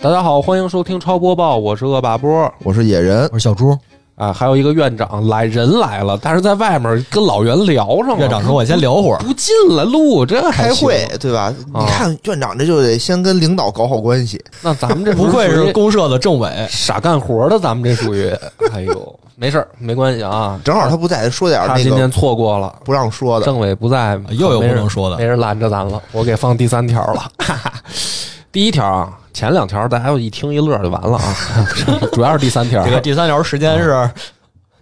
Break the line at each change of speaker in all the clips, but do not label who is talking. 大家好，欢迎收听超播报，我是恶霸波。
我是野人，
我是小猪，
啊，还有一个院长来人来了，但是在外面跟老袁聊上了。
院长说：“我先聊会儿。
不进来录这还
开
行
会对吧？
啊哦
你看院长这就得先跟领导搞好关系，
那咱们”这
不愧
属
是
于啊哎
公社的政委，
傻干活的，咱们这属于，哎呦，没事儿，没关系啊。
正好他不在，他说点
他
那
今
个
天错过了，
不让说的。
政委不在，
啊又有
没
不
人
能说的
没。人拦着咱了，我给放第三条了。 哈哈。第一条啊，前两条大家一听一乐就完了啊， 主要是第三条。
这个第三条时
啊
间是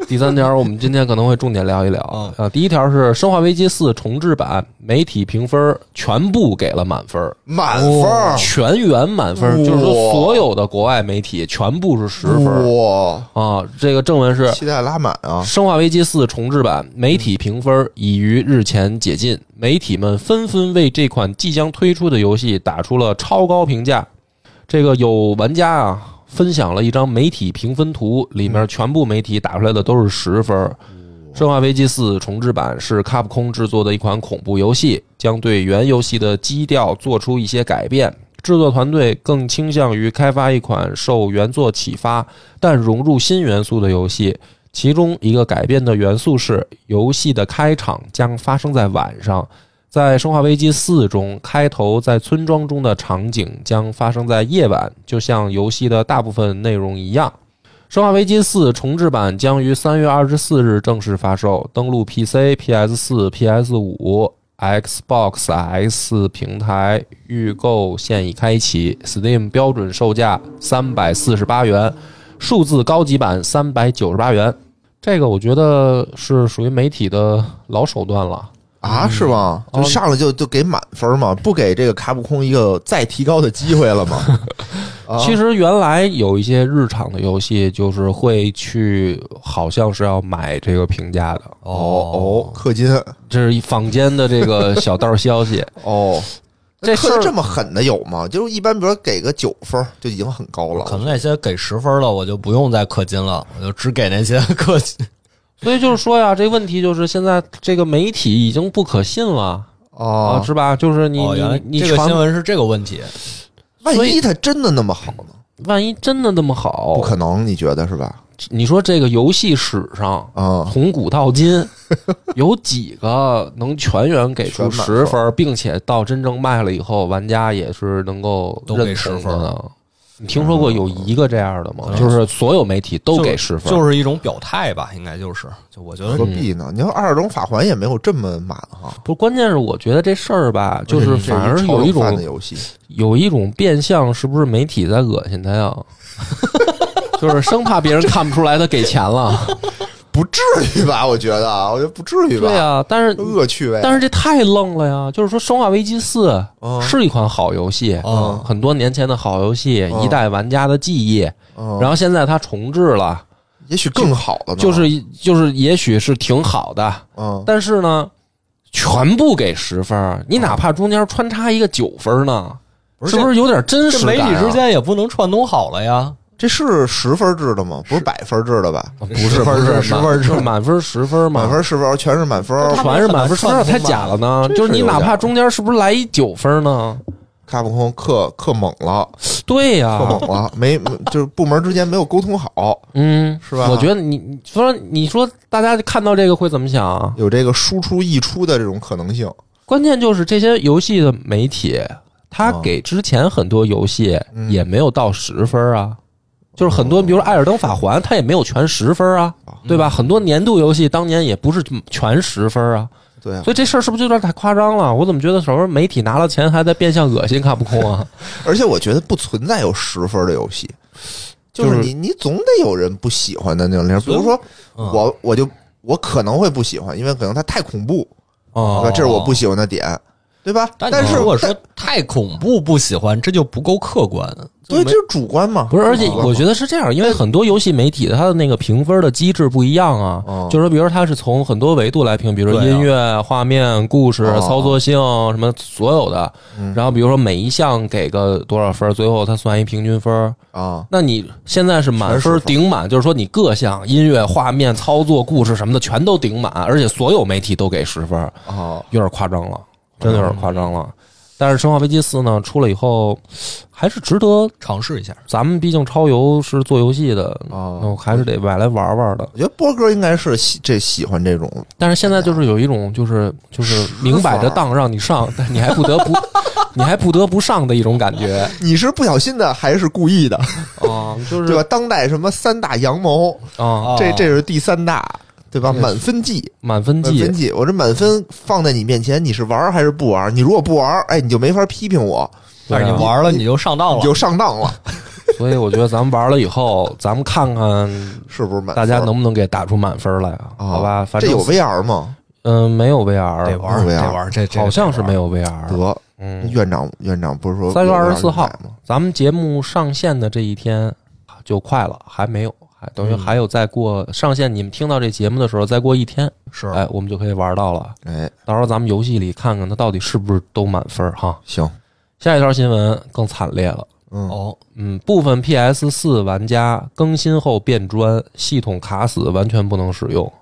第三条，我们今天可能会重点聊一聊
嗯。
呃，第一条是《生化危机四》重制版，媒体评分全部给了满分，
满分儿，
全员满分，
哇
就是说所有的国外媒体全部是十分
哇！
啊。这个正文是
期待拉满
《
啊！
生化危机四》重制版媒体评分已于日前解禁，媒体们纷纷为这款即将推出的游戏打出了超高评价。这个有玩家啊分享了一张媒体评分图，里面全部媒体打出来的都是十分。《生化危机四》重制版是卡普空制作的一款恐怖游戏，将对原游戏的基调做出一些改变。制作团队更倾向于开发一款受原作启发但融入新元素的游戏，其中一个改变的元素是，游戏的开场将发生在晚上。在《生化危机四》中，开头在村庄中的场景将发生在夜晚，就像游戏的大部分内容一样。《生化危机四》重制版将于三月二十四日正式发售，登陆 PC、PS 四、PS 五、Xbox S 平台，预购现已开启，Steam 标准售价三百四十八元，数字高级版三百九十八元。这个我觉得是属于媒体的老手段了。
啊，是吗？
哦
就上来就就给满分嘛，不给这个卡普空一个再提高的机会了 吗？啊
其实原来有一些日常的游戏，就是会去，好像是要买这个评价的。
哦哦，，氪金
这是坊间的这个小道消 息。
哦，
这事
氪
儿
的这么狠的有吗？就是一般，比如说给个九分儿就已经很高了。
可能那些给十分了，我就不用再氪金了，我就只给那些 氪金。
所以就是说呀，这问题就是现在这个媒体已经不可信了啊，
哦，
是吧？就是你、
哦，原来
你你
这个
传
新，闻是这个问题，
万
所
一
以哦
他真的那么好呢？
万一真的那么好，
不可能，你觉得是吧？
你说这个游戏史上
啊，
从古到今，有几个能全员给出
全满
十
分
分，并且到真正卖了以后，玩家也是能够
都
认
给10
同
分
的呢？你听说过有一个这样的吗？
嗯
就是所有媒体都
就
给十分，
就是一种表态吧，应该就是，就我觉得
何
嗯
必呢？你要二等法环也没有这么满哈，
不是，关键是我觉得这事儿吧，就是反而有一
这是超饭
种
的游戏，
有一种变相，是不是媒体在恶心他呀？ 就是生怕别人看不出来他给钱了。
不至于吧？我觉得啊，我觉得不至于吧？
对呀、但是
恶趣味。
但是这太愣了呀！就是说，《生化危机四》
哦
嗯
是一款好游戏，
嗯
很多年前的好游戏，
哦
嗯
一代玩家的记忆。
嗯，
然后现在它重置了，
也许更好
哦
了呢，
就是就是，也许是挺好的，
嗯，
但是呢，全部给十分儿，你哪怕中间穿插一个九分儿呢，
哦不是
是不是有点真
这
实
媒
感、啊？
体之间也不能串通好了呀。
这是十分制的吗？不是百分制的吧？
不
十
是
分
不是
是十
满
分是
就是满分嗯十分嘛，
满分十分，全是满分。
他
全是满分，
他
有点
们很
太
难
假了呢。就是你哪怕中间是不是来一九分呢？
卡普空氪氪猛了，
对呀、
氪
哦
猛了，没没就是部门之间没有沟通好，
嗯，
是吧
我觉得你你说你说大家看到这个会怎么想啊？
有这个输出溢出的这种可能性。
关键就是这些游戏的媒体，他
哦
给之前很多游戏
嗯哦
也没有到十分啊。就是很多，比如说《艾尔登法环》，它也没有全十分啊，对吧？很多年度游戏当年也不是全十分啊，
对啊，
所以这事儿是不是有点太夸张了？我怎么觉得时候媒体拿了钱还在变相恶心卡普空啊？
而且我觉得不存在有十分的游戏，就
就是
是你你总得有人不喜欢的那种类型。比如说
嗯
我我就我可能会不喜欢，因为可能它太恐怖，
啊
对吧
哦
这是我不喜欢的点，对吧？
但
但
你
是
如果
我
说太恐怖不喜欢，这就不够客观。
对，这是主观嘛？
不是，而且我
得
觉得是这样，因为很多游戏媒体它的那个评分的机制不一样啊，
嗯
就是说，比如说它是从很多维度来评，比如说
对啊
音乐、画面、故事、
哦
操作性什么所有的，
嗯
然后比如说每一项给个多少分，最后它算一平均分。
啊，
那你现在是满
全
分
是分
顶满，就是说你各项音乐、画面、操作、故事什么的全都顶满，而且所有媒体都给十分，
哦，
有点夸张了，真的有点夸张了。但是《生化危机四》呢出了以后，还是值得
尝试一下。
咱们毕竟超游是做游戏的，
啊
那我还是得买来玩玩的。
我觉得波哥应该是喜这喜欢这种，
但是现在就是有一种就是就是明摆着当让你上，但你还不得不你还不得不上的一种感觉
你是不小心的还是故意的，
啊，就
对
是
吧？当代什么三大阳谋，
啊
啊
这这是第三大，对吧？满分计，
满分
满
计
分计，我这满分放在你面前，你是玩儿还是不玩儿？你如果不玩儿，哎，你就没法批评我，
但是
对啊
你玩了你就上当
你
了，
就上当了，
所以我觉得咱们玩了以后，咱们看看
是不是满分？
大家能不能给打出满分来啊？
啊
好吧，反
这
正
有 VR 吗？
嗯、没有 VR，
得玩
不
得
玩
玩这这
好像是没
有
有 VR。
得，
嗯，
院长院长不是说
3月
有 VR
24号
买吗？
咱们节目上线的这一天啊就快了，还没有，还等于
嗯
还有再过上线，你们听到这节目的时候再过一天，
是
哎，我们就可以玩到了。
哎，
到时候咱们游戏里看看它到底是不是都满分儿哈。
行，
下一条新闻更惨烈了，
嗯，
哦，
嗯，部分 PS 四玩家更新后变砖，系统卡死，完全不能使用。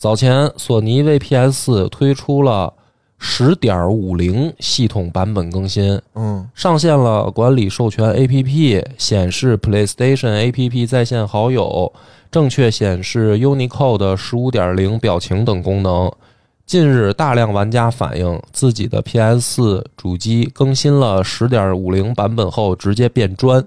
早前，索尼为 PS 四推出了十点五零系统版本更新，
嗯，
上线了管理授权 APP，显示 PlayStation APP 在线好友，正确显示 Unicode 十五点零表情等功能。近日，大量玩家反映自己的 PS 四主机更新了十点五零版本后直接变砖，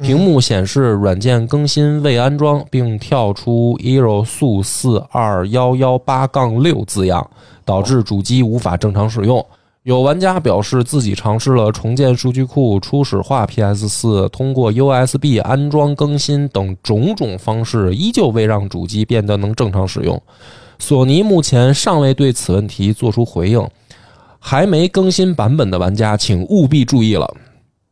屏幕显示软件更新未安装，并跳出 Ero 速四二幺幺八杠六字样，导致主机无法正常使用。有玩家表示自己尝试了重建数据库、初始化 PS 四，通过 USB 安装、更新等种种方式，依旧未让主机变得能正常使用。索尼目前尚未对此问题做出回应。还没更新版本的玩家，请务必注意了。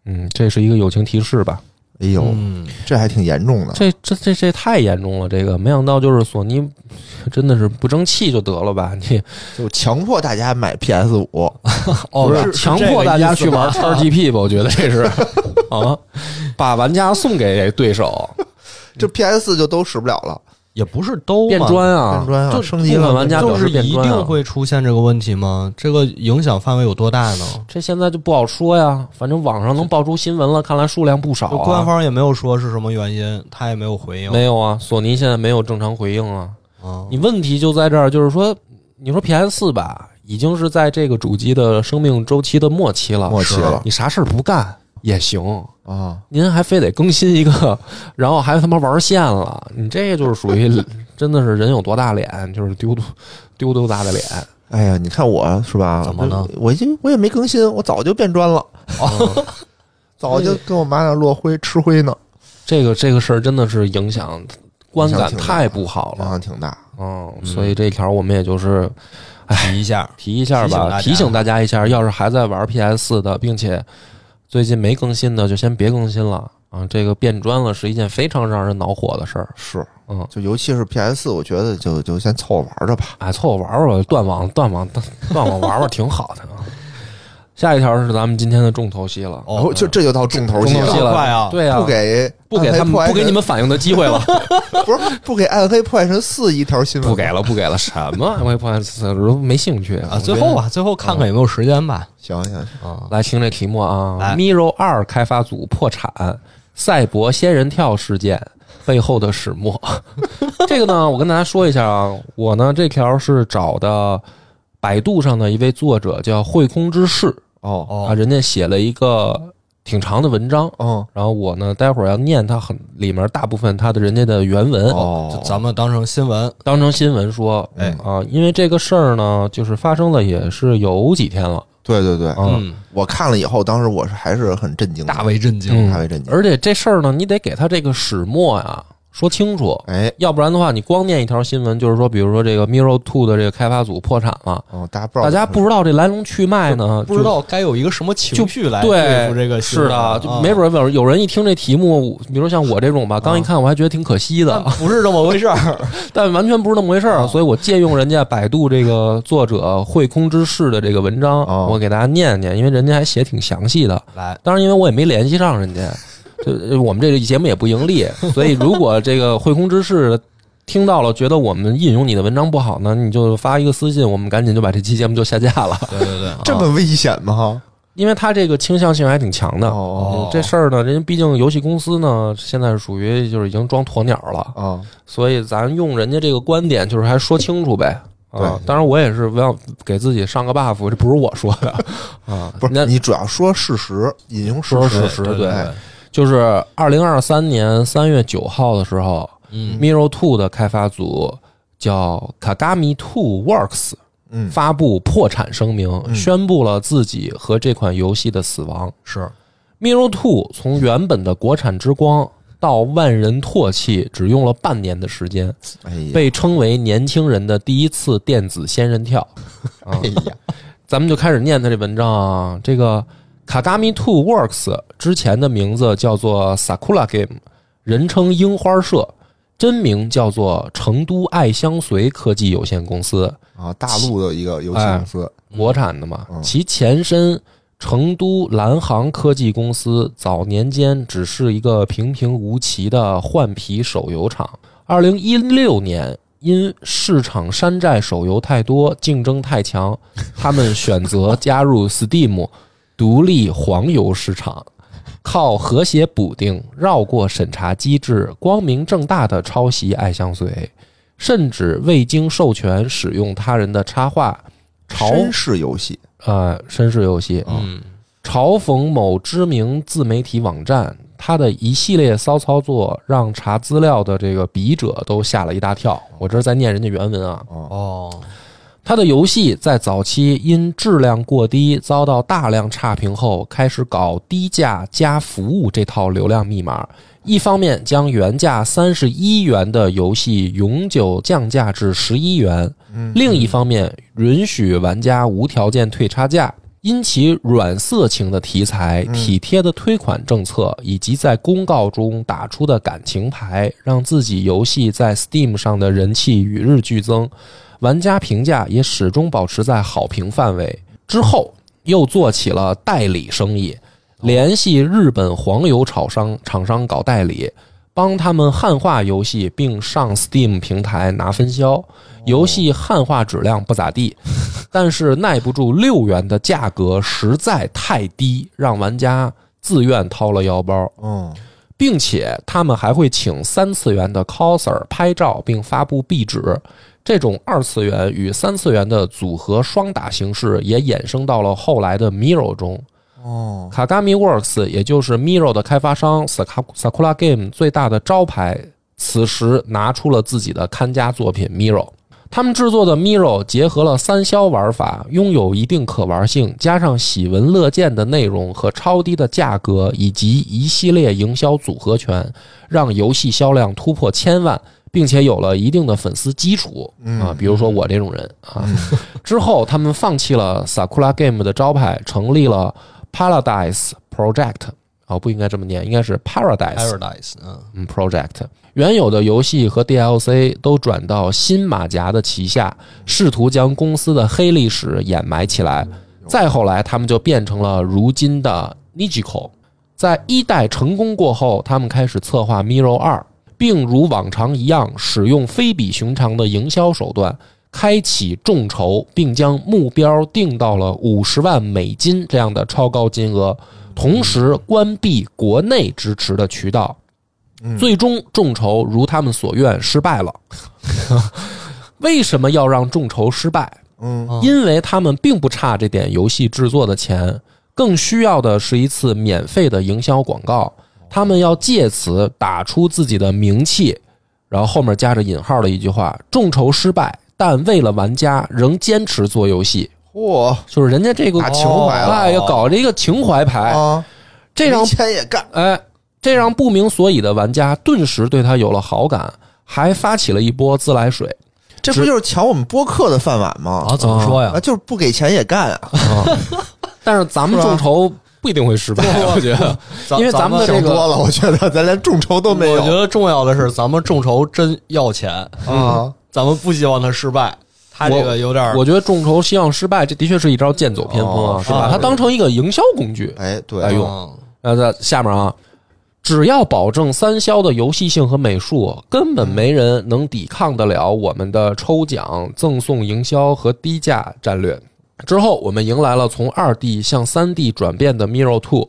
嗯，这是一个友情提示吧？
哎呦，
嗯，
这还挺严重的，
这这这这太严重了，这个没想到就是索尼真的是不争气就得了吧？你
就强迫大家买 PS 五，
哦
不
是
是强迫大家去玩 XGP 吧？我觉得这是啊，把玩家送给对手
这 PS 四就都使不了了，
也不是都
变
嘛
砖
变
啊，
砖啊，
就
升级
部分
了，
玩家
就
表
是
示变
一
砖啊
定会出现这个问题吗？这个影响范围有多大呢？
这现在就不好说呀。反正网上能爆出新闻了，看来数量不少、
就
啊。
官方也没有说是什么原因，他也没有回应。
没有啊，索尼现在没有正常回应啊。
啊，
你问题就在这儿，就是说，你说 PS 四吧，已经是在这个主机的生命周期的末期了，
末期
是
了
你啥事儿不干也行。
啊，
您还非得更新一个， 然后还他妈玩线了，你这就是属 于真的是人有多大脸，就是丢多丢多大的脸。
哎呀，你看我是吧？
怎么了
我我已经我也没更新，我早就变砖了，
嗯
早
哎
就跟我妈那落灰吃灰呢，
这个这个事儿真的是影响观感太不好
影响
了，
挺大。
嗯，所以这条我们也就是
提一下，
提一下吧，
提
提
醒
醒
大
大家一下，要是还在玩 PS 四的，并且最近没更新的，就先别更新了啊！这个变砖了是一件非常让人恼火的事儿，
是，
嗯，
就尤其是 PS 四，我觉得就就先凑合玩着吧。
哎，凑合玩玩吧，断网断网断网玩玩挺好的啊。下一条是咱们今天的重头戏了，
哦，就这就到重头
嗯重
戏
头戏
了，
了，
快啊
对啊，
不给
不给
暗黑
他们
破坏
不给你
神
们反应的机会 了，
不是不给《暗黑破坏神四》一条新闻，
不给了，不给了，什么？我也不爱都没兴趣
啊，最后
吧，
吧，最后看看有没有时间吧。
想想
啊，
来听这题目啊
来
，Miro 二开发组破产，赛博仙人跳事件背后的始末。 这个呢，我跟大家说一下啊，我呢这条是找的百度上的一位作者叫慧空之士
哦
啊，
哦，
人家写了一个挺长的文章，
哦
然后我呢待会儿要念他很里面大部分他的人家的原
嗯
文，
哦
就咱们当成新闻。
当成新闻说。
哎
嗯
啊，因为这个事儿呢，就是发生了也是有几天了，
对对对，
嗯
嗯，
我看了以后，当时我是还是很震惊的，
大为震惊。
嗯
大为震惊。
而且这事儿呢，你得给他这个始末呀说清楚，
哎，
要不然的话，你光念一条新闻，就是说，比如说这个 Miro Two 的这个开发组破产了，
哦，大家不知道，
大家不知道这来龙去脉呢，
不知道该有一个什么情绪来
就。
对
对
付这个新
是
闻啊，
的，就没准儿有有人一听这题目，比如像我这种吧，
啊
刚一看我还觉得挺可惜的
但，不是这么回事儿。
但完全不是那么回事
啊
儿，啊所以我借用人家百度这个作者慧空之士的这个文章，
啊
哦
我给大家念念，因为人家还写挺详细的。
来，
当然，因为我也没联系上人家，就呃我们这个节目也不盈利，所以如果这个慧空之士听到了，觉得我们引用你的文章不好呢，你就发一个私信，我们赶紧就把这期节目就下架了。
对对对，啊
这么危险吗？
因为它这个倾向性还挺强的。
哦
嗯这事儿呢，人家毕竟游戏公司呢，现在是属于就是已经装鸵鸟了，
啊，
所以咱用人家这个观点，就是还说清楚呗。啊，
对
当然我也是要给自己上个 buff，这不是我说的 啊，
不是
那
你主要说事实，引用事
说
实，哎
事实
对
对就是二零二三年三月九号的时候
嗯，
，Miro Two 的开发组叫 Kagami Two Works
嗯，
发布破产声明，
嗯
宣布了自己和这款游戏的死亡。
是
Miro Two 从原本的国产之光到万人唾弃，只用了半年的时间，
哎呀，
被称为年轻人的第一次电子仙人 跳。啊
哎，呀，
咱们就开始念他这文章啊。这个 Kagami Two Works 之前的名字叫做 Sakura Game，人称樱花社，真名叫做成都爱相随科技有限公司，
啊，大陆的一个游戏
哎
公司，
国产的嘛
嗯。
其前身成都蓝航科技公司早年间只是一个平平无奇的换皮手游厂。二零一六年，因市场山寨手游太多，竞争太强，他们选择加入 Steam，独立黄油市场。靠和谐补丁，绕过审查机制，光明正大的抄袭爱相随，甚至未经授权使用他人的插画，嘲
绅士游戏，
呃绅士游戏，
嗯
嘲讽某知名自媒体网站，它的一系列骚操作让查资料的这个笔者都吓了一大跳。我这是在念人家原文啊，
哦，
哦，
他的游戏在早期因质量过低遭到大量差评后，开始搞低价加服务这套流量密码。一方面将原价三十一元的游戏永久降价至十一元，另一方面允许玩家无条件退差价。因其软色情的题材、体贴的推款政策以及在公告中打出的感情牌，让自己游戏在 Steam 上的人气与日俱增。玩家评价也始终保持在好评范围。之后又做起了代理生意，联系日本黄油厂商厂商搞代理，帮他们汉化游戏，并上 Steam 平台拿分销。游戏汉化质量不咋地，但是耐不住六元的价格实在太低，让玩家自愿掏了腰包。
嗯，
并且他们还会请三次元的 coser 拍照并发布壁纸。这种二次元与三次元的组合双打形式也衍生到了后来的 Miro 中。
哦，
Kagami Works，也就是 Miro 的开发商 Saka- Sakura Game 最大的招牌，此时拿出了自己的看家作品 Miro。他们制作的 Miro 结合了三消玩法，拥有一定可玩性，加上喜闻乐见的内容和超低的价格，以及一系列营销组合拳，让游戏销量突破千万，并且有了一定的粉丝基础啊，比如说我这种人啊。之后，他们放弃了 Sakura Game 的招牌，成立了 Paradise Project 哦，不应该这么念，应该是 Paradise
Paradise，嗯，
嗯 Project。原有的游戏和 DLC 都转到新马甲的旗下，试图将公司的黑历史掩埋起来。再后来，他们就变成了如今的 Nijiko。在一代成功过后，他们开始策划 Miro 二，并如往常一样，使用非比寻常的营销手段，开启众筹，并将目标定到了五十万美金这样的超高金额，同时关闭国内支持的渠道。
嗯
最终众筹如他们所愿失败 了。为什么要让众筹失败？
嗯，
嗯
因为他们并不差这点游戏制作的钱，更需要的是一次免费的营销广
哦
告。他们要借此打出自己的名气，然后后面加着引号的一句话：“众筹失败，但为了玩家仍坚持做游戏。
嚯”
就是人家这个
打情怀了
哎，要搞这一个情怀牌，
啊，
这让
没钱也干，
哎，这让不明所以的玩家顿时对他有了好感，还发起了一波自来水。
这不就是抢我们播客的饭碗吗？
啊，怎么说呀
啊，？就是不给钱也干啊，
但是咱们
是吧
众筹不一定会失败，啊
啊
我觉得，因为咱们的这
想多
个
了， 我觉得咱连众筹都没
我觉
有
得重要的是，咱们众筹真要钱，
啊。
咱们不希望他失败。他这个有点儿
我觉得众筹希望失败，这的确是一招剑走偏锋啊，
哦
是把
是
它当成一个营销工具。
哎，对，
哎呦
嗯
呃，在下面啊，只要保证三消的游戏性和美术，根本没人能抵抗得了我们的抽奖、赠送营销和低价战略。之后，我们迎来了从二 D 向三 D 转变的 Mirror Two。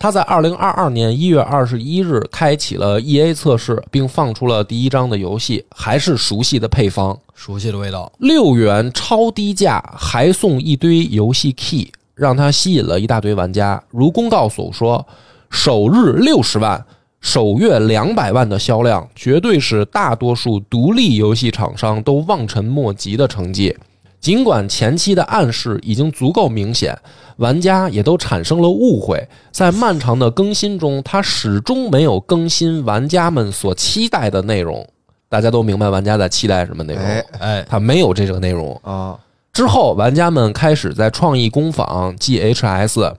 它在二零二二年一月二十一日开启了 EA 测试，并放出了第一章的游戏，还是熟悉的配方，
熟悉的味道，
六元超低价还送一堆游戏 key，让它吸引了一大堆玩家。如公告所说，首日六十万，首月两百万的销量，绝对是大多数独立游戏厂商都望尘莫及的成绩。尽管前期的暗示已经足够明显，玩家也都产生了误会。在漫长的更新中，它始终没有更新玩家们所期待的内容。大家都明白玩家在期待什么内容，
哎
哎，
它没有这个内容。
啊，
之后，玩家们开始在创意工坊 GHS，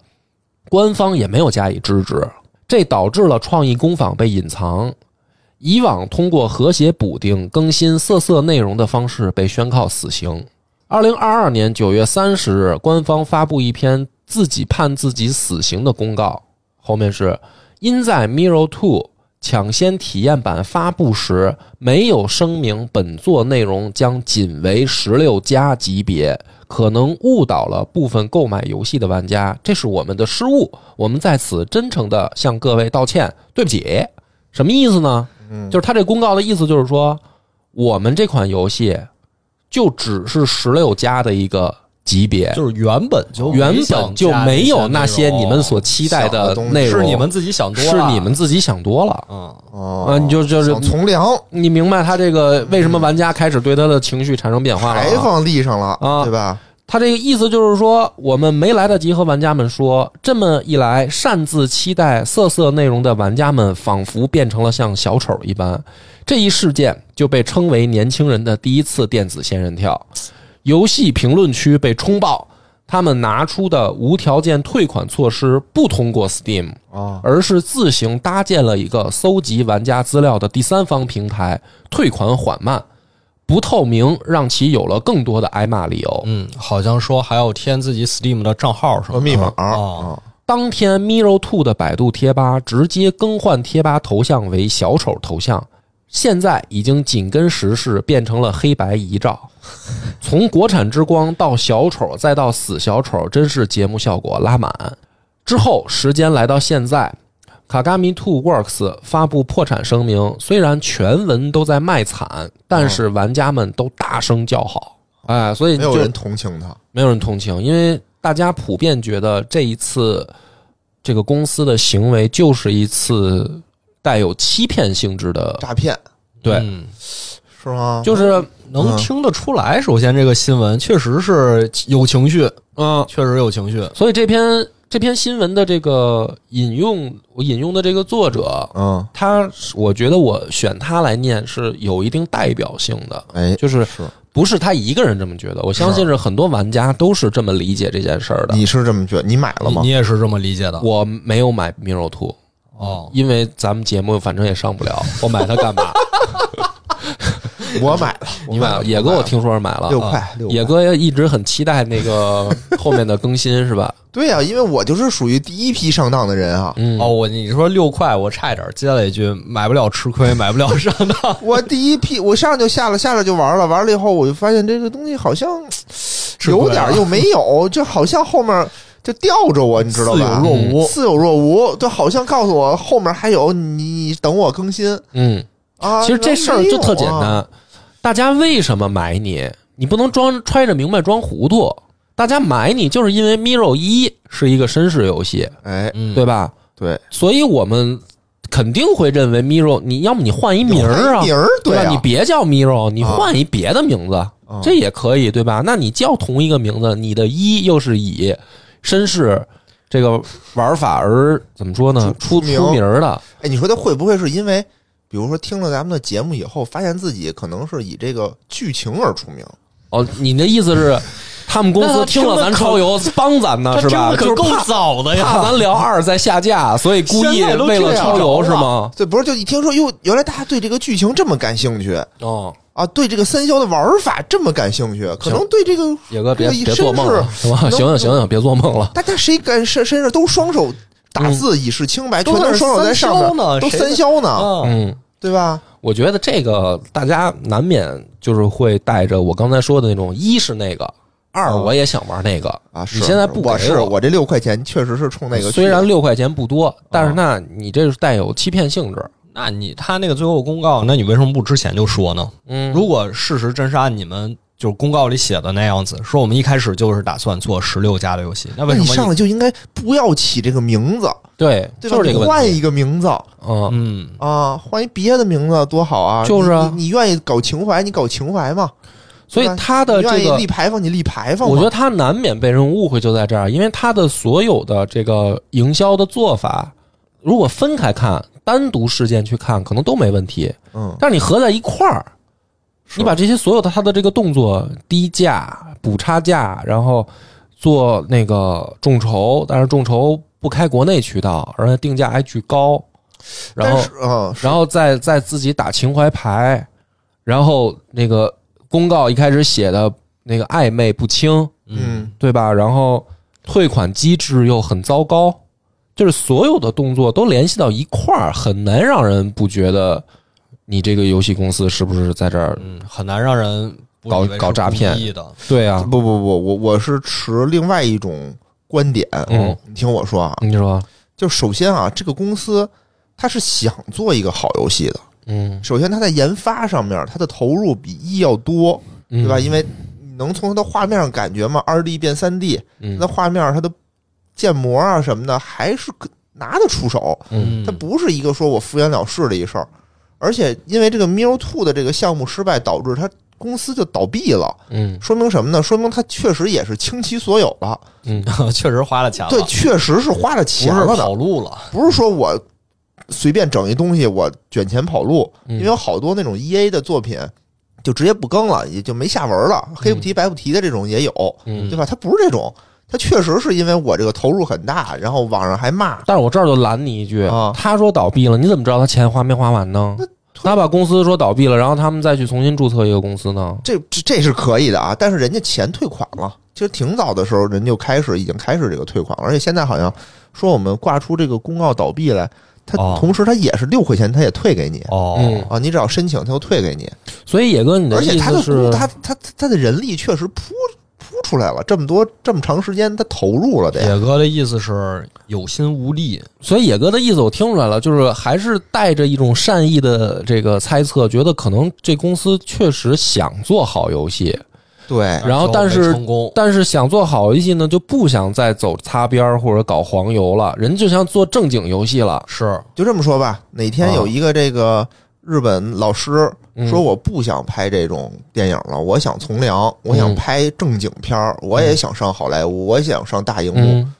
官方也没有加以支持，这导致了创意工坊被隐藏。以往通过和谐补丁更新色色内容的方式被宣告死刑。二零二二年九月三十日，官方发布一篇自己判自己死刑的公告，后面是因在 Mirror Two 抢先体验版发布时没有声明本作内容将仅为十六加级别，可能误导了部分购买游戏的玩家，这是我们的失误，我们在此真诚的向各位道歉，对不起。什么意思呢？就是他这公告的意思就是说，我们这款游戏就只是十六加的一个级别，
就是哎原本就
原本就没有那些你们所期待
想
的
的东西
内容，
是你们自己想多
是
了，
你们自己想多了
嗯，
哦
啊！你就就是
想从良，
你明白他这个为什么玩家开始对他的情绪产生变化了
还
啊？
放地上了
啊
对吧？
他这个意思就是说，我们没来得及和玩家们说，这么一来，擅自期待色色内容的玩家们仿佛变成了像小丑一般。这一事件就被称为年轻人的第一次电子仙人跳，游戏评论区被冲爆。他们拿出的无条件退款措施不通过 Steam，
啊，
而是自行搭建了一个搜集玩家资料的第三方平台，退款缓慢、不透明，让其有了更多的挨骂理由。
嗯，好像说还要添自己 Steam 的账号什
什么
么
密码
哦
啊？
当天，Miro Two 的百度贴吧直接更换贴吧头像为小丑头像，现在已经紧跟时事，变成了黑白遗照。从国产之光到小丑，再到死小丑，真是节目效果拉满。之后，时间来到现在。卡嘎米 Two Works 发布破产声明，虽然全文都在卖惨，但是玩家们都大声叫好，哎，所以
没有
就
人同情他，
没有人同情，因为大家普遍觉得这一次这个公司的行为就是一次带有欺骗性质的，
诈骗
对，
嗯
是吗？
就是
能听得出来。首先，这个新闻确实是有情绪，
嗯，
确实有情绪。
所以这篇这篇新闻的这个引用，我引用的这个作者，
嗯，
他是我觉得我选他来念是有一定代表性的，
哎，
就是
是
不是他一个人这么觉得，我相信是很多玩家都是这么理解这件事儿的。
你是这么觉得？你买了
你
吗
你？也是这么理解的
我没有买 Mirror Two，
哦？
因为咱们节目反正也上不了，我买它干嘛？
我买了，
你买了？
我
野哥，我听说是买了。
六
啊
块六块
野哥一直很期待那个后面的更新，是吧？
对呀、因为我就是属于第一批上当的人啊，
嗯，
哦，，我你说六块，我差一点接了一句，买不了吃亏，买不了上当。
我第一批我上就下了，下了就玩了，玩了以后我就发现这个东西好像
吃 亏了
有点儿又没有，就好像后面就吊着我，你知道吧？
似有若无
嗯似有若无，就好像告诉我后面还有，你你等我更新
嗯，
啊。
其实这事儿就特简
没有啊，
单，大家为什么买你？你不能装揣着明白装糊涂。大家买你就是因为《Miro 一》是一个绅士游戏，
哎，
嗯，
对吧？
对，
所以我们肯定会认为《Miro》，你要么你换一名儿啊，
名儿
对
啊，
吧？你别叫 Miro，你换一别的名字，
啊
这也可以，对吧？那你叫同一个名字，你的一又是以绅士这个玩法而怎么说呢？出
出名
出名儿的，
哎，你说他会不会是因为，比如说听了咱们的节目以后，发现自己可能是以这个剧情而出名？
哦，你的意思是，他们公
那
司
他
听
真
了
的
咱
可
超游帮咱呢，
他
啊是
真
吧？
的
就是
可够
怕
早的
怕
呀！
咱聊二在下架，所以故意
现在都
为了
这样
超游是
了
吗？
对，不是，就一听说哟，原来大家对这个剧情这么感兴趣
哦，
啊，对这个三消的玩法这么感兴趣，可能对这个
野哥别
这个
别做梦了，行吧？
能
醒醒醒醒，别做梦了。
大家谁敢身身上都双手
嗯
打字以示清白，
都
全都
是
双手在上
三消
面，
呢
都
谁
三消呢，
啊，
嗯，
对吧？
我觉得这个大家难免就是会带着我刚才说的那种，一是那个二我也想玩那个
啊！是
你现在不给
我是
我
我这六块钱确实是冲那个去的，啊
虽然六块钱不多，但是那你这是带有欺骗性质。
那你他那个最后公告，那你为什么不之前就说呢？
嗯
如果事实真是按你们就是公告里写的那样子，说我们一开始就是打算做十六加的游戏，那为
那
什
你
么
上来就应该不要起这个名字，
对，
对吧？
就是这个
你
问
换
题。
一个名字
嗯，
嗯，
啊，换一别的名字多好啊！
就是啊
你你你愿意搞情怀，你搞情怀嘛。
所以他的
你愿
这
意
个
立牌坊，你立牌坊嘛。
我觉得他难免被人误会就在这儿，因为他的所有的这个营销的做法，如果分开看，单独事件去看，可能都没问题。
嗯，
但是你合在一块儿，
是
你把这些所有的他的这个动作，低价、补差价，然后做那个众筹，但是众筹不开国内渠道，而且定价还巨高，然后
但是嗯，
然后再再自己打情怀牌，然后那个公告一开始写的那个暧昧不清。
嗯，
对吧？然后退款机制又很糟糕，就是所有的动作都联系到一块儿，很难让人不觉得你这个游戏公司是不是在这儿？
嗯，很难让人不
搞
以为是
搞诈骗
故意的，
对啊，
不不不，我我是持另外一种观点。
嗯，
你听我说啊，
你说，
就首先啊，这个公司它是想做一个好游戏的。
嗯，
首先，它在研发上面，它的投入比一要多，
对
对吧？因为你能从它的画面上感觉嘛，二 D 变三 D，那
嗯
画面它的建模啊什么的还是可拿得出手。
嗯
它不是一个说我敷衍了事的一事儿，而且因为这个 Mirror Two 的这个项目失败，导致它公司就倒闭了，
嗯
说明什么呢？说明它确实也是倾其所有了，
嗯，
确实花了钱了，
对，确实是花了钱
啊不
了
是跑
的，
路了，
不是说我随便整一东西我卷钱跑路，
嗯
因为有好多那种 E A 的作品就直接不更了，也就没下文了，
嗯
黑不提白不提的这种也有，
嗯
对吧？它不是这种，它确实是因为我这个投入很大，然后网上还骂，
但是我这儿就拦你一句
啊
他说倒闭了，你怎么知道他钱花没花完呢？他把公司说倒闭了，然后他们再去重新注册一个公司呢？
这这这是可以的啊，但是人家钱退款了，其实挺早的时候人就开始已经开始这个退款了，而且现在好像说我们挂出这个公告倒闭来，他
哦
同时他也是六块钱他也退给你
哦，
嗯
啊，你只要申请他就退给你，
所以野哥，你的
而且
意
他的
思是
公，他他他他的人力确实铺铺出来了，这么多这么长时间他投入了得，
野哥的意思是有心无力，
所以野哥的意思我听出来了，就是还是带着一种善意的这个猜测，觉得可能这公司确实想做好游戏，
对
然后但
没
是
成功，
但是想做好游戏呢，就不想再走擦边儿或者搞黄油了，人就想做正经游戏了。
是
就这么说吧，哪
哦
天有一个这个日本老师
嗯
说我不想拍这种电影了，我想从良，我想拍正经片儿，我也想上好莱坞，我也想上大荧幕，
嗯，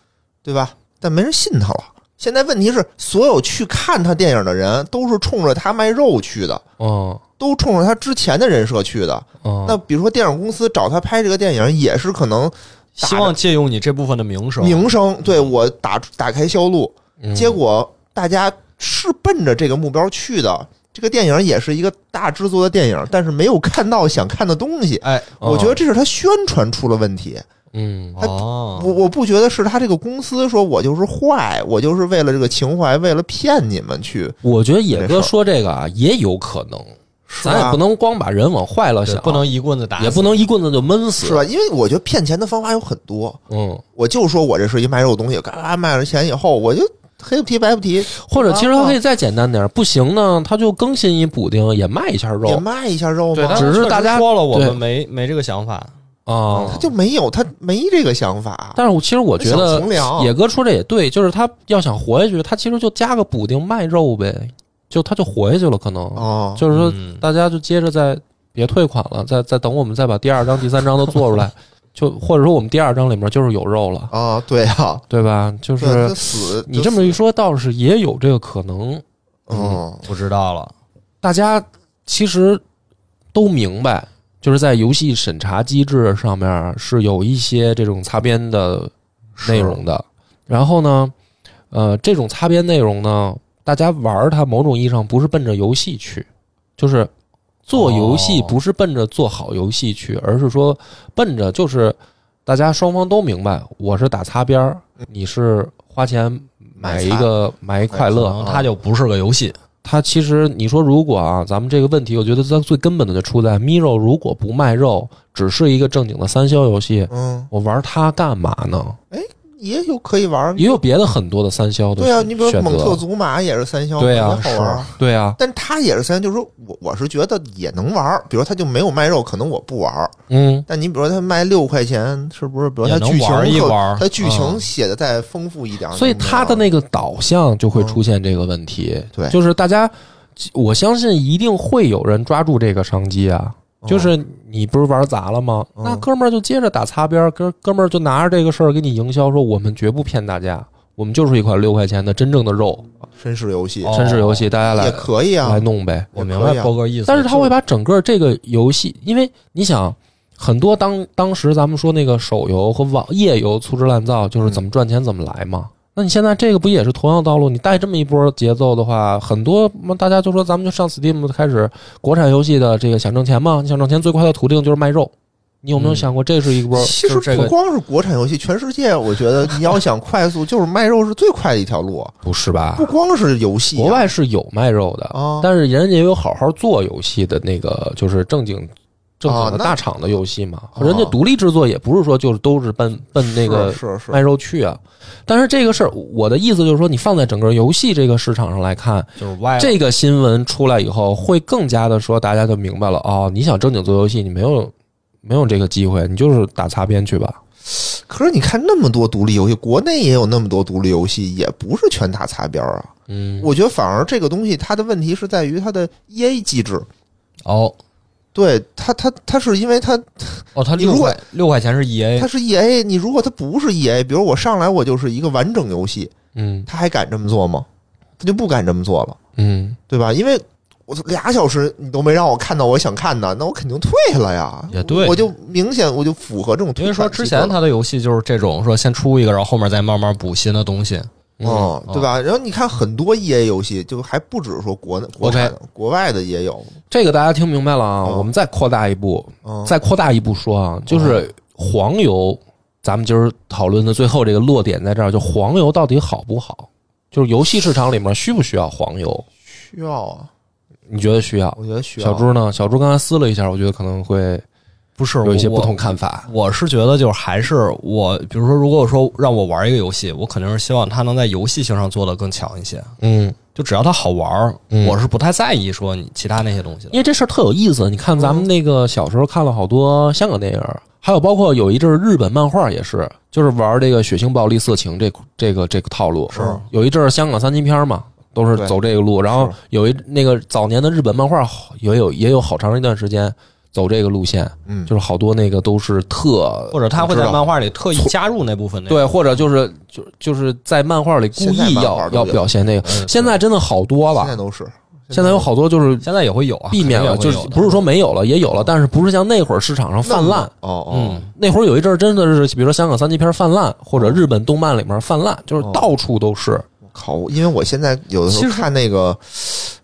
对吧？但没人信他了。现在问题是，所有去看他电影的人都是冲着他卖肉去的，
哦，
都冲着他之前的人设去的。
哦，
那比如说，电影公司找他拍这个电影，也是可能打
希望借用你这部分的名声，
名声对我打打开销路，
那
结果大家是奔着这个目标去的。这个电影也是一个大制作的电影，但是没有看到想看的东西。
哎，
哦
我觉得这是他宣传出了问题。
嗯，
我
哦，
我不觉得是他这个公司说我就是坏，我就是为了这个情怀，为了骗你们去，
我觉得野哥说这个啊也有可能，
是
咱也
吧
不？能光把人往坏了
对
想，
啊不能一棍子打死，
也不能一棍子就闷死。
是吧？因为我觉得骗钱的方法有很多，
嗯，
我就说我这是一卖肉的东西，嘎嘎卖了钱以后，我就黑不提白不提，
或者其实他可以
啊
再简单点儿，不行呢，他就更新一补丁，也卖一下
也
肉
卖一下肉
对，
嘛
但，
只是大家
确实说了，我
对
们没没这个想法，
啊
他。就没有他没这个想法。
但是我其实我觉
他
得
想从良
野哥说这也对，就是他要想活下去，他其实就加个补丁卖肉呗，就他就活下去了，可能、
哦，
就是说
嗯
大家就接着再别退款了，再再等我们再把第二章、第三章都做出 来，就或者说我们第二章里面就是有肉了，
啊，对啊，
对吧？就
对他
是
死，
你这么一说，倒是也有这个可能，
嗯，
不知道了，
大家其实都明白。就是在游戏审查机制上面是有一些这种擦边的
是
内容的。然后呢，呃，这种擦边内容呢，大家玩儿它某种意义上不是奔着游戏去，就是做游戏
哦
不是奔着做好游戏去，而是说奔着就是大家双方都明白，我是打擦边嗯儿，你是花钱买一个买一快
可
乐啊
啊能，它就不是个游戏，
它其实你说如果啊，咱们这个问题，我觉得它最根本的就出在 Miro 如果不卖肉，只是一个正经的三消游戏，
嗯，
我玩它干嘛呢？
也有可以玩。
也有别的很多的三消的
嗯对啊，你比如
选
蒙特
择，
祖玛也是三消，
对啊
也好玩儿。
对啊，
但他也是三消，就是说我我是觉得也能玩儿。比如他就没有卖肉，可能我不玩儿。
嗯，
但你比如说他卖六块钱，是不是？比如
也
他
能
剧情
玩一
特
玩
他剧情
嗯
写的再丰富一点儿，
所以
能不能
它的
玩
那个导向就会出现这个问题，
嗯对
就是大家，我相信一定会有人抓住这个商机啊。
儿
就是你不是玩砸了吗？
哦嗯
那哥们儿就接着打擦边，儿，哥哥们儿就拿着这个事儿给你营销，说我们绝不骗大家，我们就是一款六块钱的真正的肉，
绅士游戏
哦
绅士游戏，大家
也
来
可以啊
来，弄呗。
我明白波哥意思，
但是他
就
会把整个这个游戏，因为你想，很多当当时咱们说那个手游和网页游粗制滥造，
嗯
就是怎么赚钱怎么来嘛。那你现在这个不也是同样道路？你带这么一波节奏的话，很多那大家就说咱们就上 Steam 开始国产游戏的这个想挣钱嘛，你想挣钱最快的途径就是卖肉。你有没有
嗯
想过这是一波？
其实
就是这个
不光是国产游戏，全世界我觉得你要想快速，就是卖肉是最快的一条路，
不是吧
不光是游戏
啊
啊，
国外是有卖肉的，
啊
但是人家也有好好做游戏的那个，就是正经正经
啊
的
那
大厂的游戏嘛。
哦
人家独立制作也不是说就是都是奔奔那个
是是
卖
是
肉去啊。但是这个事儿，我的意思就是说，你放在整个游戏这个市场上来看，
就是歪
哎
了
这个新闻出来以后，会更加的说大家就明白了哦，你想正经做游戏，你没有没有这个机会，你就是打擦边去吧。
可是你看那么多独立游戏，国内也有那么多独立游戏，也不是全打擦边儿啊。
嗯，
我觉得反而这个东西它的问题是在于它的 E A 机制，
哦
对它它它是因为它
哦，他
你如
六
果
块六块钱是 E A，
它是 E A，你如果它不是 E A，比如我上来我就是一个完整游戏，
嗯
他还敢这么做吗？他就不敢这么做了，
嗯，
对吧？因为我操俩小时你都没让我看到我想看的，那我肯定退了呀。
也对
我就明显我就符合这种退
因为
款
说
机制
之前
了
他的游戏就是这种，说先出一个，然后后面再慢慢补新的东西。
嗯
嗯，对吧？然后你看很多 E A 游戏，就还不只是说国内、国产的，国外的也有。
这个大家听明白了啊。
哦
我们再扩大一步，
嗯，
再扩大一步说啊，就是黄油，咱们今儿讨论的最后这个落点在这儿，就黄油到底好不好？就是游戏市场里面需不需要黄油？
需要啊，
你觉得需要？
我觉得需要。啊
小猪呢？小猪刚才思了一下，我觉得可能会
不是
有一些不同
我
看法。
我是觉得就是还是我，比如说，如果说让我玩一个游戏，我肯定是希望它能在游戏性上做得更强一些。
嗯，
就只要它好玩儿，
嗯
我是不太在意说你其他那些东西的
因。为这事儿特有意思。你看
嗯
咱们那个小时候看了好多香港电影，还有包括有一阵儿日本漫画也是，就是玩这个血腥、暴力、色情这这个这个套路。
是
有一阵儿香港三级片儿嘛，都是
对
走这个路。然后有一那个早年的日本漫画好也有也有好长一段时间走这个路线，
嗯，
就是好多那个都是特
或者他会在
我知道
漫画里特意加入那部分内容。
对，或者就是就就是在漫画里故
现在
意
漫画
要
都
要
有
表现那个。
嗯
现在真的好多
现在
了，
都是
现在有好多就是
现在也会有啊，
避免了，
肯
就
定也
是
会有的
不是说没有了，也有了，但是不是像那会儿市场上泛滥。
哦哦，
嗯，
那会儿有一阵儿真的是，比如说香港三级片泛滥，或者日本动漫里面泛滥，就是
哦
到处都是。
靠！因为我现在有的时
其
候
实
看那个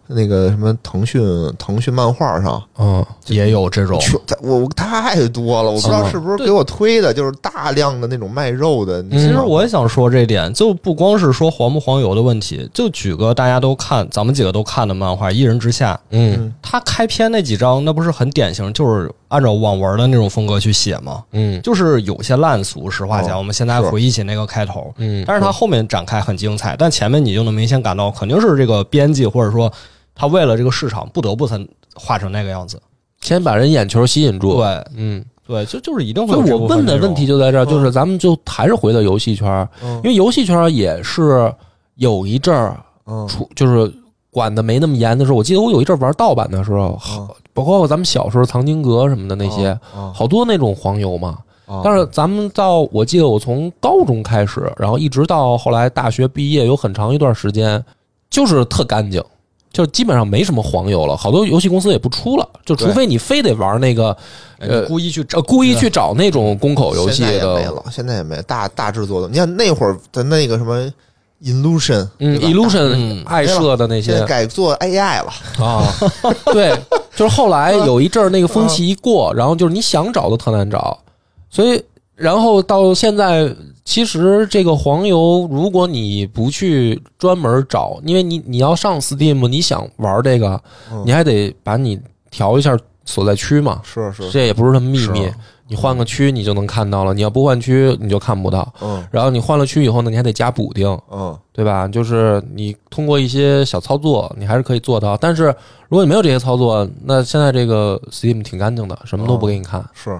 那个什么腾讯腾讯漫画上，
嗯，
也有这种。
全在我我太多了，我不知道
嗯
是不是
对
给我推的，就是大量的那种卖肉的。
嗯
其
其实我也想说这一点，就不光是说黄不黄油的问题，就举个大家都看，咱们几个都看的漫画《一人之下》，
嗯
他开篇那几章，那不是很典型，就是按照网文的那种风格去写吗？
嗯
就是有些烂俗，实话讲，
哦
我们现在
是
回忆起那个开头，
嗯，
但是它后面展开很精彩，但前面你就能明显感到，肯定是这个编辑或者说他为了这个市场不得不才画成那个样子。
先把人眼球吸引住。
对
嗯，
对，就就是一定会
所
有
以
这
我
部分
问
内
的
容。
问题就在这儿，
嗯
就是咱们就还是回到游戏圈儿，
嗯
因为游戏圈儿也是有一阵儿
嗯
出，就是管的没那么严的时候。我记得我有一阵儿玩盗版的时候，
嗯
好，包括咱们小时候藏经阁什么的那些，
好，
哦
好多那种黄油嘛。
嗯
但是咱们到我记得我从高中开始，然后一直到后来大学毕业，有很长一段时间就是特干净，就基本上没什么黄油了。好多游戏公司也不出了，就除
对
非你非得玩那个
呃，你故意去找
呃故意去找那种公口游戏
现在也没
的，
了，现在也没大大制作的。你看那会儿的那个什么 Illusion，
嗯
对吧
，Illusion
嗯
爱社的那
现
些
在改做 AI 了，
啊，对，就是后来有一阵儿那个
嗯
风气一过，然后就是你想找都特难找，所以然后到现在其实这个黄油，如果你不去专门找，因为你你要上 Steam，你想玩这个，
嗯
你还得把你调一下所在区嘛。
是是，啊
这也不是什么秘密
是，
你换个区你就能看到了，你要不换区你就看不到。
嗯
然后你换了区以后呢，你还得加补丁，
嗯
对吧？就是你通过一些小操作，你还是可以做到。但是如果你没有这些操作，那现在这个 Steam 挺干净的，什么都
哦
不给你看。
是，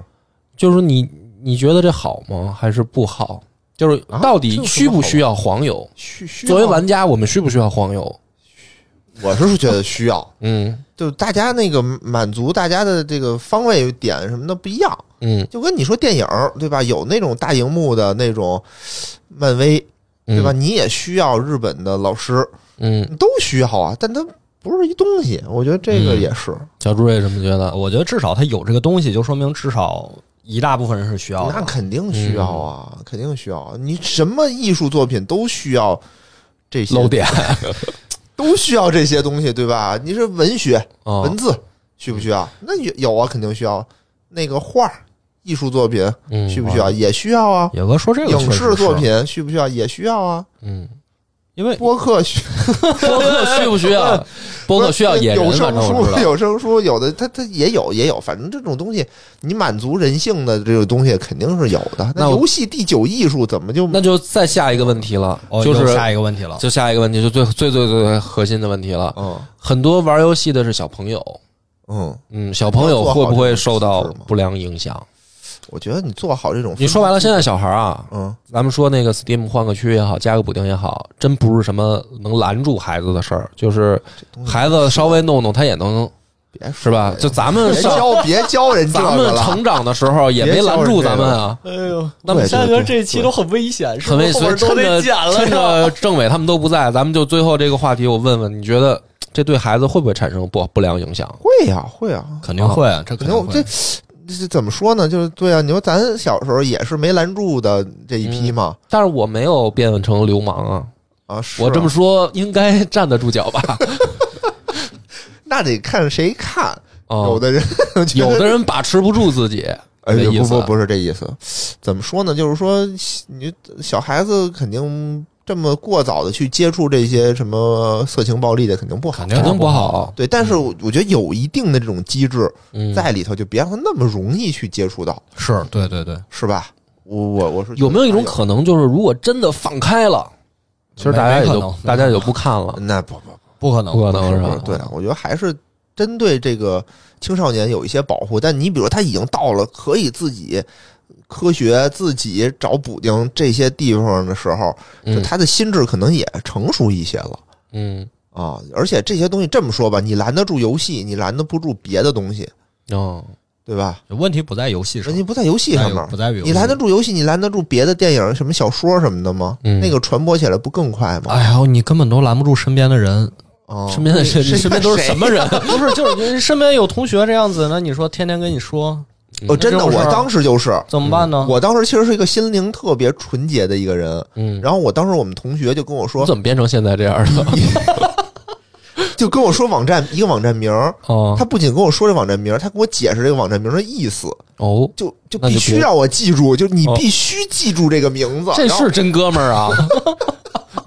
就是你你觉得这好吗？还是不好？就是
啊
到底
这有什么
需不需要黄油？
需需
作为
要
玩家，我们需不需要黄油？
我是觉得需要，
嗯
就大家那个满足大家的这个方位点什么的不一样，
嗯
就跟你说电影儿对吧？有那种大荧幕的那种漫威
嗯，
对吧？？你也需要日本的老师，
嗯，
都需要啊，但它不是一东西，我觉得这个
嗯
也是，
小朱也这么觉 得。
我觉得至少它有这个东西，就说明至少一大部分人是需要的。
那肯定需要啊，
嗯
肯定需要啊。你什么艺术作品都需要这些
漏，点
都需要这些东西，对吧？你是文学
啊，
文字需不需
嗯
要？那有有啊，肯定需要。那个画儿艺术作品
嗯
需不需要？也需要啊。
野哥说这个确
影
实
视
是
作，品需不需要？也需要啊。
嗯，
因为
播客需
播客需不需 要？播客需要野人，
有
反
声
正我知
书，
道。
有声书，有的它它也有也有，反正这种东西，你满足人性的这个东西肯定是有的。
那我
游戏第九艺术怎么就
那就再下一个问题了
哦，，
就
又
是
下一个问题了，
啊就下一个问题，就最最最最最核心的问题了。
嗯
很多玩游戏的是小朋友，
嗯，
嗯，小朋友会不会受到
要做好这种事吗
不良影响？
我觉得你做好这种分，
你说白了，现在小孩啊，
嗯
咱们说那个 Steam 换个区也好，加个补丁也好，真不是什么能拦住孩子的事儿，就是
东西
孩子稍微弄弄他也能，
别
是
说
吧？
了
就咱们
别
上
教别教人这
咱
个
们
了，
成长的时候也没拦住咱们啊。
哎呦，
那么
对
三
对
哥
对
这一期都很危险，是
很
不
危
是后
所以
边
趁着
都得剪了
趁
呀。
着政委他们都不在，咱们就最后这个话题，我问问，你觉得这对孩子会不会产生不不良影响？
会呀会呀，
肯定会，这
肯
肯
定
定
我
会
这。这怎么说呢？就是对啊，你说咱小时候也是没拦住的这一
嗯
批嘛，
但是我没有变成流氓啊，
啊，是啊
我这么说应该站得住脚 吧？
那得看谁看，
啊
有，的人觉得
有的人把持不住自己，
哎，
这意
不
思啊
不不是这意思，怎么说呢？就是说，你小孩子肯定这么过早的去接触这些什么色情暴力的，肯定不好。
肯定不嗯好。
对，但是我我觉得有一定的这种机制
嗯，
在里头，就别让他那么容易去接触到，
是对对对，
是吧？我我我是觉得
有没有一种
还
可能，就是如果真的放开了，其实大家也
没没可
就
能
大家也就不看了，
那不不
不可能，
不可能
不
是
是
吧？
对，啊我觉得还是针对这个青少年有一些保护，但你比如他已经到了可以自己科学自己找补丁这些地方的时候，就
嗯
他的心智可能也成熟一些了
嗯
啊。而且这些东西这么说吧，你拦得住游戏，你拦得不住别的东西，
哦，
对吧？
问题不在游戏上
人，家不在游戏
不在
上
游
面
不，在于游戏
你拦得住游戏，你拦得住别的电影、什么小说什么的吗？
嗯
那个传播起来不更快吗？
哎呦，你根本都拦不住身边的人，
啊，
身边的
谁
人，你身边都是
谁
什么人？
不是，就是人身边有同学这样子，那你说天天跟你说
哦，真
这
的，
种
我
事儿
当时就是，
啊
怎么办呢？
嗯我当时其实是一个心灵特别纯洁的一个人。
嗯，
然后我当时我们同学就跟我
我
说，
怎么变成现在这样 了？
就跟我说网站一个网站名儿，
哦
他不仅跟我说这网站名儿，他跟我解释这个网站名儿的意思。
哦，
就就
那就
必须
别
让我记住，就你
哦
必须记住这个名字。
这
然后
是真哥们儿 啊，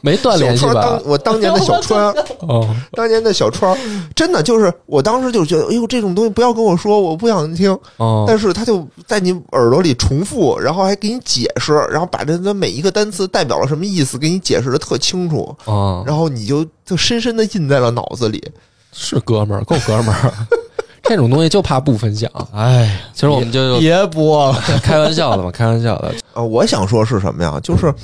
没断
小
联系
川
吧
当？我当年的小 川，
哦，
当年的小川，真的就是我当时就觉得，哎呦，这种东西不要跟我说，我不想听。
哦，
但是他就在你耳朵里重复，然后还给你解释，然后把这个每一个单词代表了什么意思给你解释的特清楚，
哦，
然后你就就深深的印在了脑子里。
是哥们儿，够哥们儿。 这种东西就怕不分享，
哎，
其实我们就
别播了，
开玩笑的嘛，开玩笑的。
呃，我想说是什么呀？
嗯
就是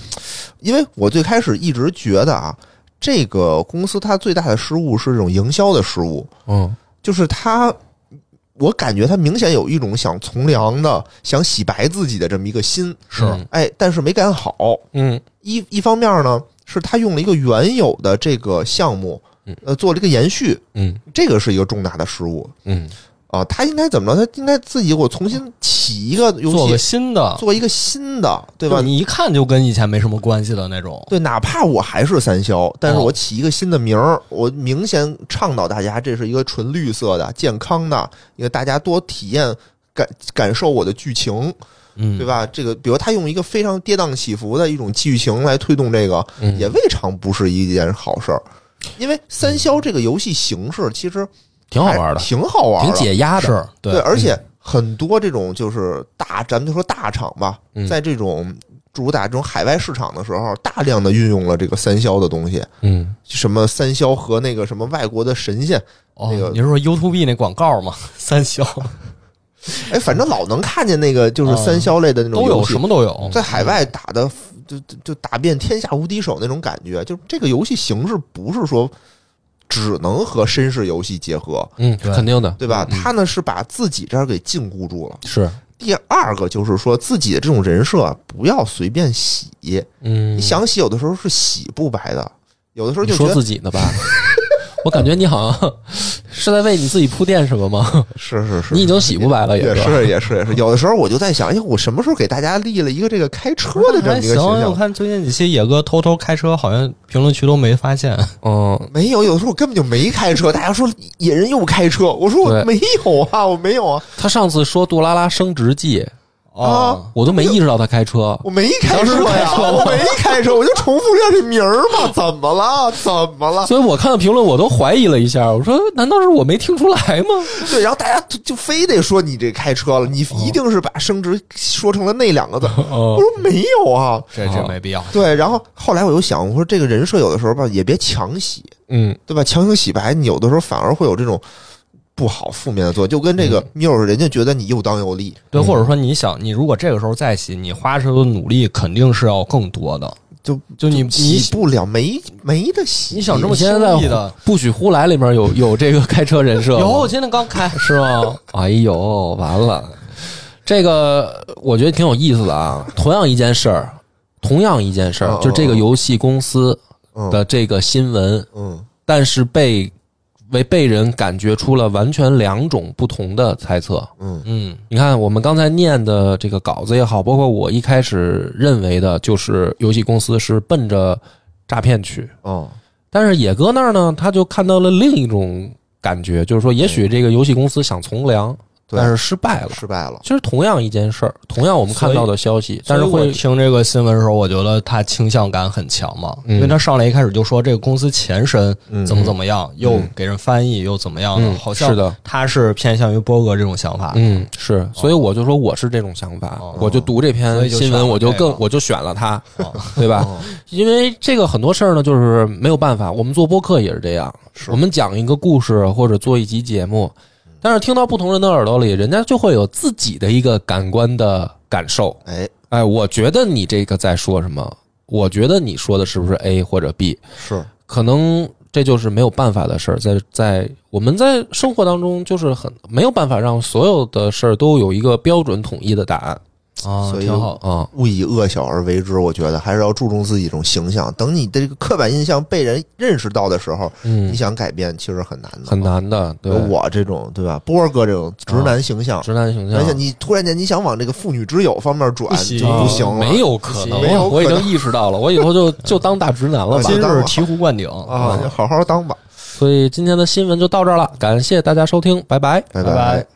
因为我最开始一直觉得啊，这个公司它最大的失误是这种营销的失误，
嗯
就是他，我感觉他明显有一种想从良的、想洗白自己的这么一个心，
是
哎，但是没干好。
嗯
一一方面呢，是他用了一个原有的这个项目
嗯，
呃，做了一个延续，
嗯
这个是一个重大的失误
嗯，
啊。他应该怎么着？他应该自己给我重新起一个游
做个
戏，
新的，
做一个新的，对吧
就？你一看就跟以前没什么关系的那种，
对，哪怕我还是三消，但是
哦
我起一个新的名儿，我明显倡导大家，这是一个纯绿色的、健康的，一个大家多体验感感受我的剧情，
嗯，
对？吧？这个，比如他用一个非常跌宕起伏的一种剧情来推动这个，
嗯
也未尝不是一件好事儿。因为三消这个游戏形式其实
挺好玩的
还，挺好玩
挺
的，
解压的。
是对嗯
对，而且很多这种就是大，咱们就说大厂吧，
嗯
在这种主打这种海外市场的时候，大量的运用了这个三消的东西，
嗯，
什么三消和那个什么外国的神仙，
哦
那个，
你是说 U to B 那广告吗？三消
哎，反正老能看见那个就是三消类的那种
都
游
哦有，
戏
什么都有。
在海外打的就就就打遍天下无敌手那种感觉，就这个游戏形式不是说只能和绅士游戏结合，
嗯，
对
肯定的，
对吧？
嗯
他呢是把自己这儿给禁锢住了。
是，
第二个就是说自己的这种人设啊不要随便洗，
嗯，
你想洗有的时候是洗不白的，有的时候
你
就觉
说
得
自己呢 吧？我感觉你好像是在为你自己铺垫什么吗？
是是是，
你已经洗不白了，
也
是吧。
是也是也是，有的时候我就在想，哎，我什么时候给大家立了一个这个开车的这么
还
一个
行，
形
哎
我
象？
看最近几期野哥偷偷开车，好像评论区都没发现。
嗯，
没有，有的时候我根本就没开车，大家说野人又开车，我说我
对
没有 啊，我没有啊，
他上次说杜拉拉升职记，
哦，
我都没意识到他开车。
我没开车
你当时
呀
开，车吗
我没开车，我就重复一下这名儿嘛，怎么了？怎么了？
所以我看到评论，我都怀疑了一下，我说难道是我没听出来吗？
对，然后大家就就非得说你这开车了，你一定是把升职说成了那两个字。我
哦，
说没有啊，
这这没必要。
对。然后后来我又想，我说这个人设有的时候吧，也别强洗，
嗯，
对吧？强行洗白，你有的时候反而会有这种不好负面的作用，就跟这个妞儿，人家觉得你又当又立，
对，或者说你想，你如果这个时候再洗，你花出的努力肯定是要更多的。
就
就你你
洗不了，没没得洗。
你想这么
现在在
轻易的
《不许呼来》里面有有这个开车人设吗，
有，我今天刚开，
是吗？ 哎呦，完了，这个我觉得挺有意思的啊。同样一件事儿，同样一件事儿
嗯，
就这个游戏公司
嗯
的这个新闻，
嗯
但是被为被人感觉出了完全两种不同的猜测。
嗯
嗯，
你看，我们刚才念的这个稿子也好，包括我一开始认为的，就是游戏公司是奔着诈骗去。
哦，
但是野哥那儿呢，他就看到了另一种感觉，就是说，也许这个游戏公司想从良，
对
但是失败了。
失败了。
其实同样一件事儿，同样我们看到的消息，但是
所以
会
我听这个新闻的时候，我觉得他倾向感很强嘛，
嗯
因为他上来一开始就说这个公司前身
嗯
怎么怎么样，又给人翻译又怎么样的，
嗯
好像啊
是的
他是偏向于波哥这种想法。
嗯是，所以我就说我是这种想法，
哦
我就读这
所
篇
以就
新闻，
选了
我就
这个
更我就选了他，
哦
对吧？
哦
因为这个很多事儿呢，就是没有办法，我们做播客也是这样，我们讲一个故事或者做一集节目，但是听到不同人的耳朵里，人家就会有自己的一个感官的感受。
哎，
哎，我觉得你这个在说什么？我觉得你说的是不是 A 或者 B？
是
可能这就是没有办法的事儿，在在我们在生活当中，就是很没有办法让所有的事儿都有一个标准统一的答案
啊，
所以
挺好。
啊。
勿以恶小而为之，我觉得还是要注重自己一种形象。等你的这个刻板印象被人认识到的时候，
嗯
你，想改变其实很难的，
很。难的，对啊
有，我这种对吧？波儿哥这种直男形象，
直男形象
而且你突然间你想往这个妇女之友方面转
不
就
行
不行了，
啊没有可能，
没有可能
我已经意识到了，我以后就就当大直 男了吧
今。日
当吧
醍醐灌顶
啊，就好好当吧，
所以今天的新闻就到这儿了，感谢大家收听，拜拜。
拜
拜拜